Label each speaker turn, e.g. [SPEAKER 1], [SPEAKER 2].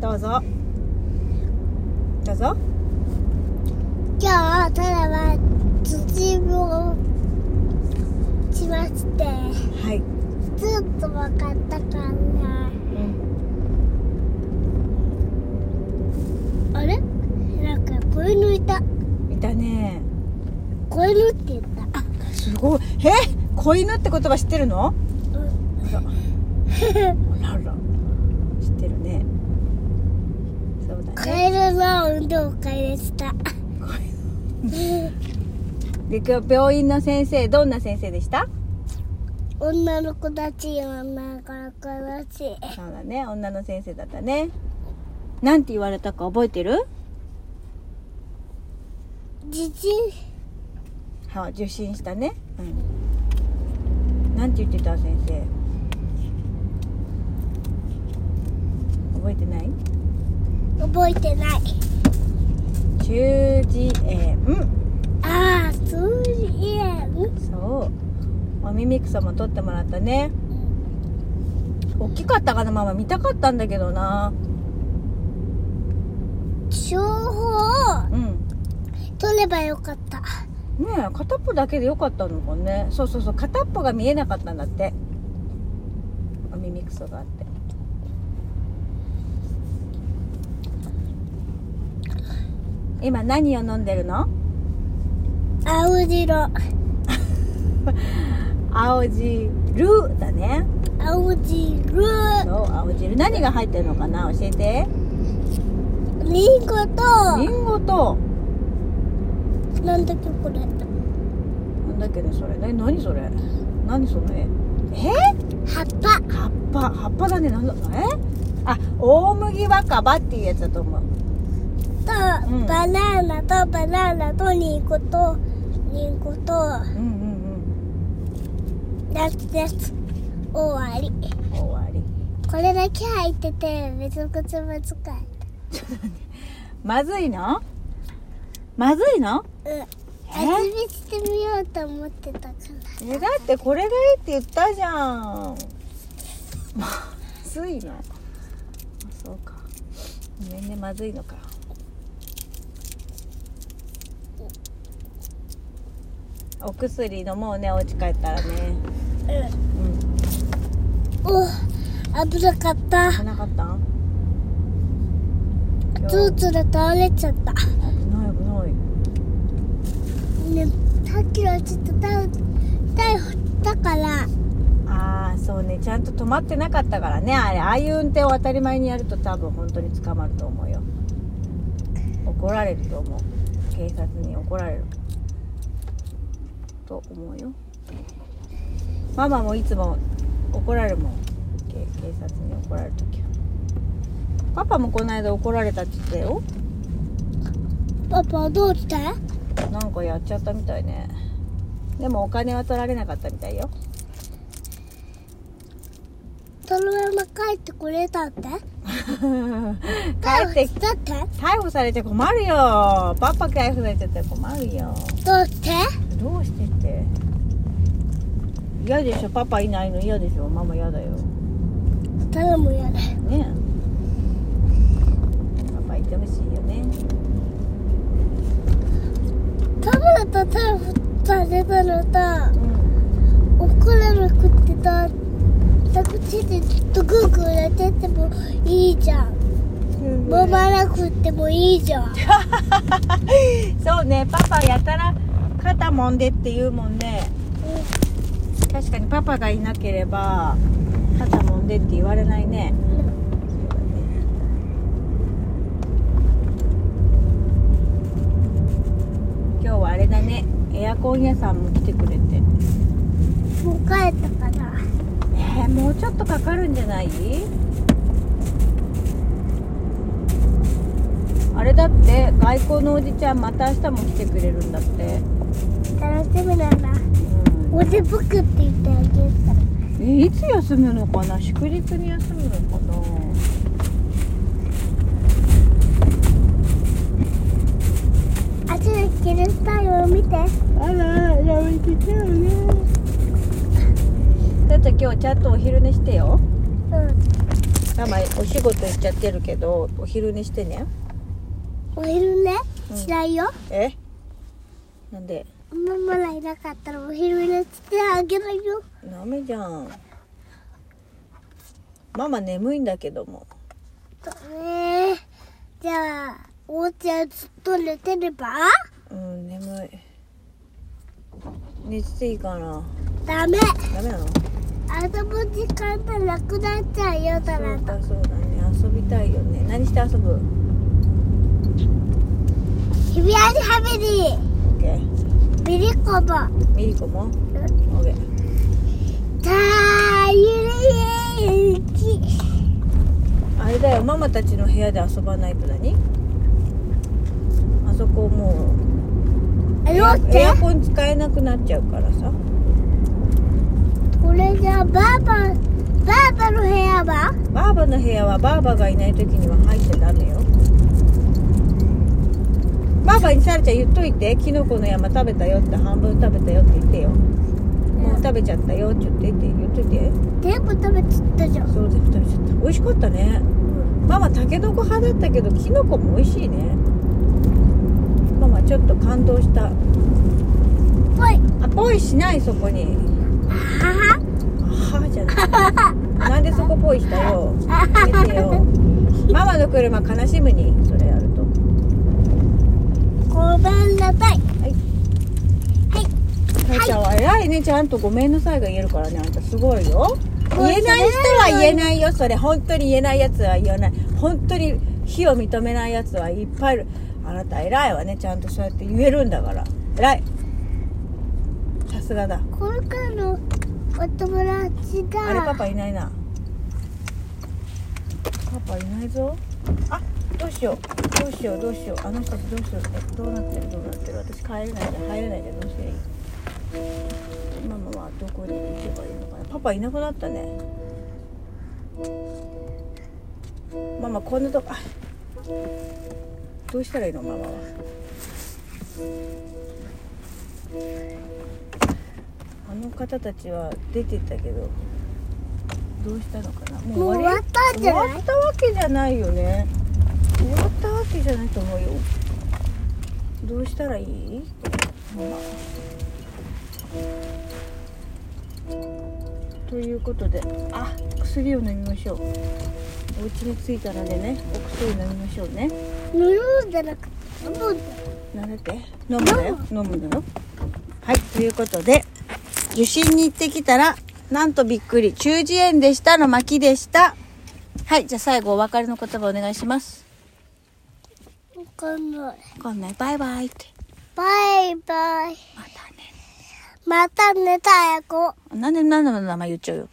[SPEAKER 1] どうぞどうぞ
[SPEAKER 2] 今日タラは土をしまして
[SPEAKER 1] はい、
[SPEAKER 2] ずっと分かったからあれなんかこういうのいた
[SPEAKER 1] いたね
[SPEAKER 2] こういうのって言ったあ
[SPEAKER 1] すごいえ子犬って言葉知ってるのあらあらら知ってるねそうだね
[SPEAKER 2] カエルの運動会でした
[SPEAKER 1] で今日病院の先生どんな先生でした
[SPEAKER 2] 女の子たち女の子たち
[SPEAKER 1] そうだね女の先生だったねなんて言われたか覚えてる
[SPEAKER 2] じじ
[SPEAKER 1] は受診したねうんなんて言ってた先生覚えてない
[SPEAKER 2] 覚えてない
[SPEAKER 1] 中耳炎
[SPEAKER 2] ああそういえ
[SPEAKER 1] そうお耳くそも取ってもらったね大きかったかなママ見たかったんだけどな
[SPEAKER 2] 情報を
[SPEAKER 1] うん
[SPEAKER 2] 取ればよかった
[SPEAKER 1] ねえ片っぽだけでよかったのかねそうそうそう片っぽが見えなかったんだってお耳くそがあって今何を飲んでるの
[SPEAKER 2] 青白
[SPEAKER 1] 青汁だね
[SPEAKER 2] 青汁
[SPEAKER 1] そう青汁何が入ってるのかな教えて
[SPEAKER 2] りんご
[SPEAKER 1] り
[SPEAKER 2] と
[SPEAKER 1] んごと
[SPEAKER 2] なんだっけこれ
[SPEAKER 1] なんだっけねそれね何それ何その絵え
[SPEAKER 2] 葉っぱ
[SPEAKER 1] 葉っぱ葉っぱだねなんだえあ大麦若葉っていうやつだと思う
[SPEAKER 2] と、
[SPEAKER 1] うん
[SPEAKER 2] バナナとバナナとリンゴとリンゴと
[SPEAKER 1] うんうんうん
[SPEAKER 2] 夏です終わり
[SPEAKER 1] 終わり
[SPEAKER 2] これだけ入っててめちゃくちゃ難しい
[SPEAKER 1] まずいのまずいの
[SPEAKER 2] うん味見してみようと思ってたから
[SPEAKER 1] えだってこれがいいって言ったじゃんまずいのあそうかごめんねまずいのかお薬飲もうねお家帰ったらねうん
[SPEAKER 2] お危なかった
[SPEAKER 1] 危なかった今
[SPEAKER 2] ツ
[SPEAKER 1] 日
[SPEAKER 2] ーツル倒れちゃった
[SPEAKER 1] 危ない危ない
[SPEAKER 2] ねさっきはちょっと倒逮捕したから
[SPEAKER 1] ああそうねちゃんと止まってなかったからねあれああいう運転を当たり前にやると多分本当に捕まると思うよ怒られると思う警察に怒られると思うよママもいつも怒られるもんけ警察に怒られる時はパパもこの間怒られたって言ってたよ
[SPEAKER 2] パパどうして
[SPEAKER 1] なんかやっちゃったみたいねでもお金は取られなかったみたいよ
[SPEAKER 2] そのまま帰ってくれたって
[SPEAKER 1] 帰ってき
[SPEAKER 2] きたって
[SPEAKER 1] 逮捕されちゃ困るよパパ逮捕されちゃったら困るよ
[SPEAKER 2] どうして
[SPEAKER 1] どうしてって嫌でしょパパいないの嫌でしょママ嫌だよ
[SPEAKER 2] 頼むやね
[SPEAKER 1] ねえパパいてほしいよね
[SPEAKER 2] パパだと逮捕されたのと
[SPEAKER 1] うん
[SPEAKER 2] 怒らなくてたたくちでずっとグーグーやっててもいいじゃん揉まなくてもいいじゃん
[SPEAKER 1] そうねパパやたら肩もんでって言うもんね確かにパパがいなければ肩もんでって言われないねそうだね今日はあれだねエアコン屋さんも来てくれて
[SPEAKER 2] もう帰ったから
[SPEAKER 1] えーもうちょっとかかるんじゃないあれだって外交のおじちゃんまた明日も来てくれるんだって、
[SPEAKER 2] 楽しみなんだ
[SPEAKER 1] うん
[SPEAKER 2] おでぼくって言ってあげるから
[SPEAKER 1] えいつ休むのかな祝日に休むのかな
[SPEAKER 2] あっちでキルスタイルを見て
[SPEAKER 1] あらあらやめてちゃう ねちょっと今日ちゃんとお昼寝してよ
[SPEAKER 2] うん
[SPEAKER 1] ママお仕事行っちゃってるけどお昼にしてね
[SPEAKER 2] お昼ね
[SPEAKER 1] うん
[SPEAKER 2] しないよ、
[SPEAKER 1] えなんで
[SPEAKER 2] ママがいなかったらお昼寝してあげないよ
[SPEAKER 1] ダメじゃんママ眠いんだけども
[SPEAKER 2] だねじゃあお家はずっと寝てれば
[SPEAKER 1] うん眠い寝てていいかな
[SPEAKER 2] ダメ
[SPEAKER 1] ダメなの
[SPEAKER 2] 遊ぶ時間がなくなっちゃうよだ
[SPEAKER 1] そ
[SPEAKER 2] な
[SPEAKER 1] うかそうだね遊びたいよね何して遊ぶ
[SPEAKER 2] 日比谷ファミリ
[SPEAKER 1] ?OK
[SPEAKER 2] ービリコの
[SPEAKER 1] ミリコも ?OK
[SPEAKER 2] たゆりき
[SPEAKER 1] あれだよママたちの部屋で遊ばないと何あそこも
[SPEAKER 2] あ
[SPEAKER 1] うエ
[SPEAKER 2] の
[SPEAKER 1] ア
[SPEAKER 2] って
[SPEAKER 1] エアコン使えなくなっちゃうからさ
[SPEAKER 2] これじゃあばあばばあばの部屋は
[SPEAKER 1] バーバの部屋はバーバがいない時には入っちゃダメよバーバにサラちゃん言っといてキノコの山食べたよって半分食べたよって言ってよもう食べちゃったよって言ってって言っといて
[SPEAKER 2] 全部食べちゃったじゃん
[SPEAKER 1] そう全部食べちゃった美味しかったねママタケノコ派だったけどキノコも美味しいねママちょっと感動した
[SPEAKER 2] ぽい
[SPEAKER 1] あぽいしないそこに
[SPEAKER 2] あは
[SPEAKER 1] あはじゃないなんでそこぽいしたよやめてよママの車悲しむにそれやると
[SPEAKER 2] ごめんなさい
[SPEAKER 1] さやちゃんは偉いねちゃんと「ごめんなさい」が言えるからねあんたすごいよ言えない人は言えないよそれ本当に言えないやつは言わない本当に非を認めないやつはいっぱいいるあなた偉いわねちゃんとそうやって言えるんだから偉いさすがだ
[SPEAKER 2] 今回のお友達が
[SPEAKER 1] あれパパいないなパパいないぞあどうしようどうしようどうしようあの人たちどうしようえどうなってるどうなってる私帰れないじゃん入れないじゃんどうしていいママはどこに行けばいいのかなパパいなくなったねママこんなとこあどうしたらいいのママはあの方たちは出てったけどどうしたのかなも
[SPEAKER 2] もう終わったんじゃない
[SPEAKER 1] 終わったわけじゃないよね終わったわけじゃないと思うよどうしたらいいママということであ薬を飲みましょうお家に着いたのでねお薬飲みましょうね
[SPEAKER 2] 塗るんじゃなくて飲むんだ
[SPEAKER 1] 慣れて飲むんだよ飲むんだよはいということで受診に行ってきたらなんとびっくり中耳炎でしたの巻でしたはいじゃあ最後お別れの言葉お願いします
[SPEAKER 2] わかんない
[SPEAKER 1] わかんないバイバイって
[SPEAKER 2] バイバイ
[SPEAKER 1] またね
[SPEAKER 2] またねたやこ
[SPEAKER 1] なんで何の名前言っちゃうよ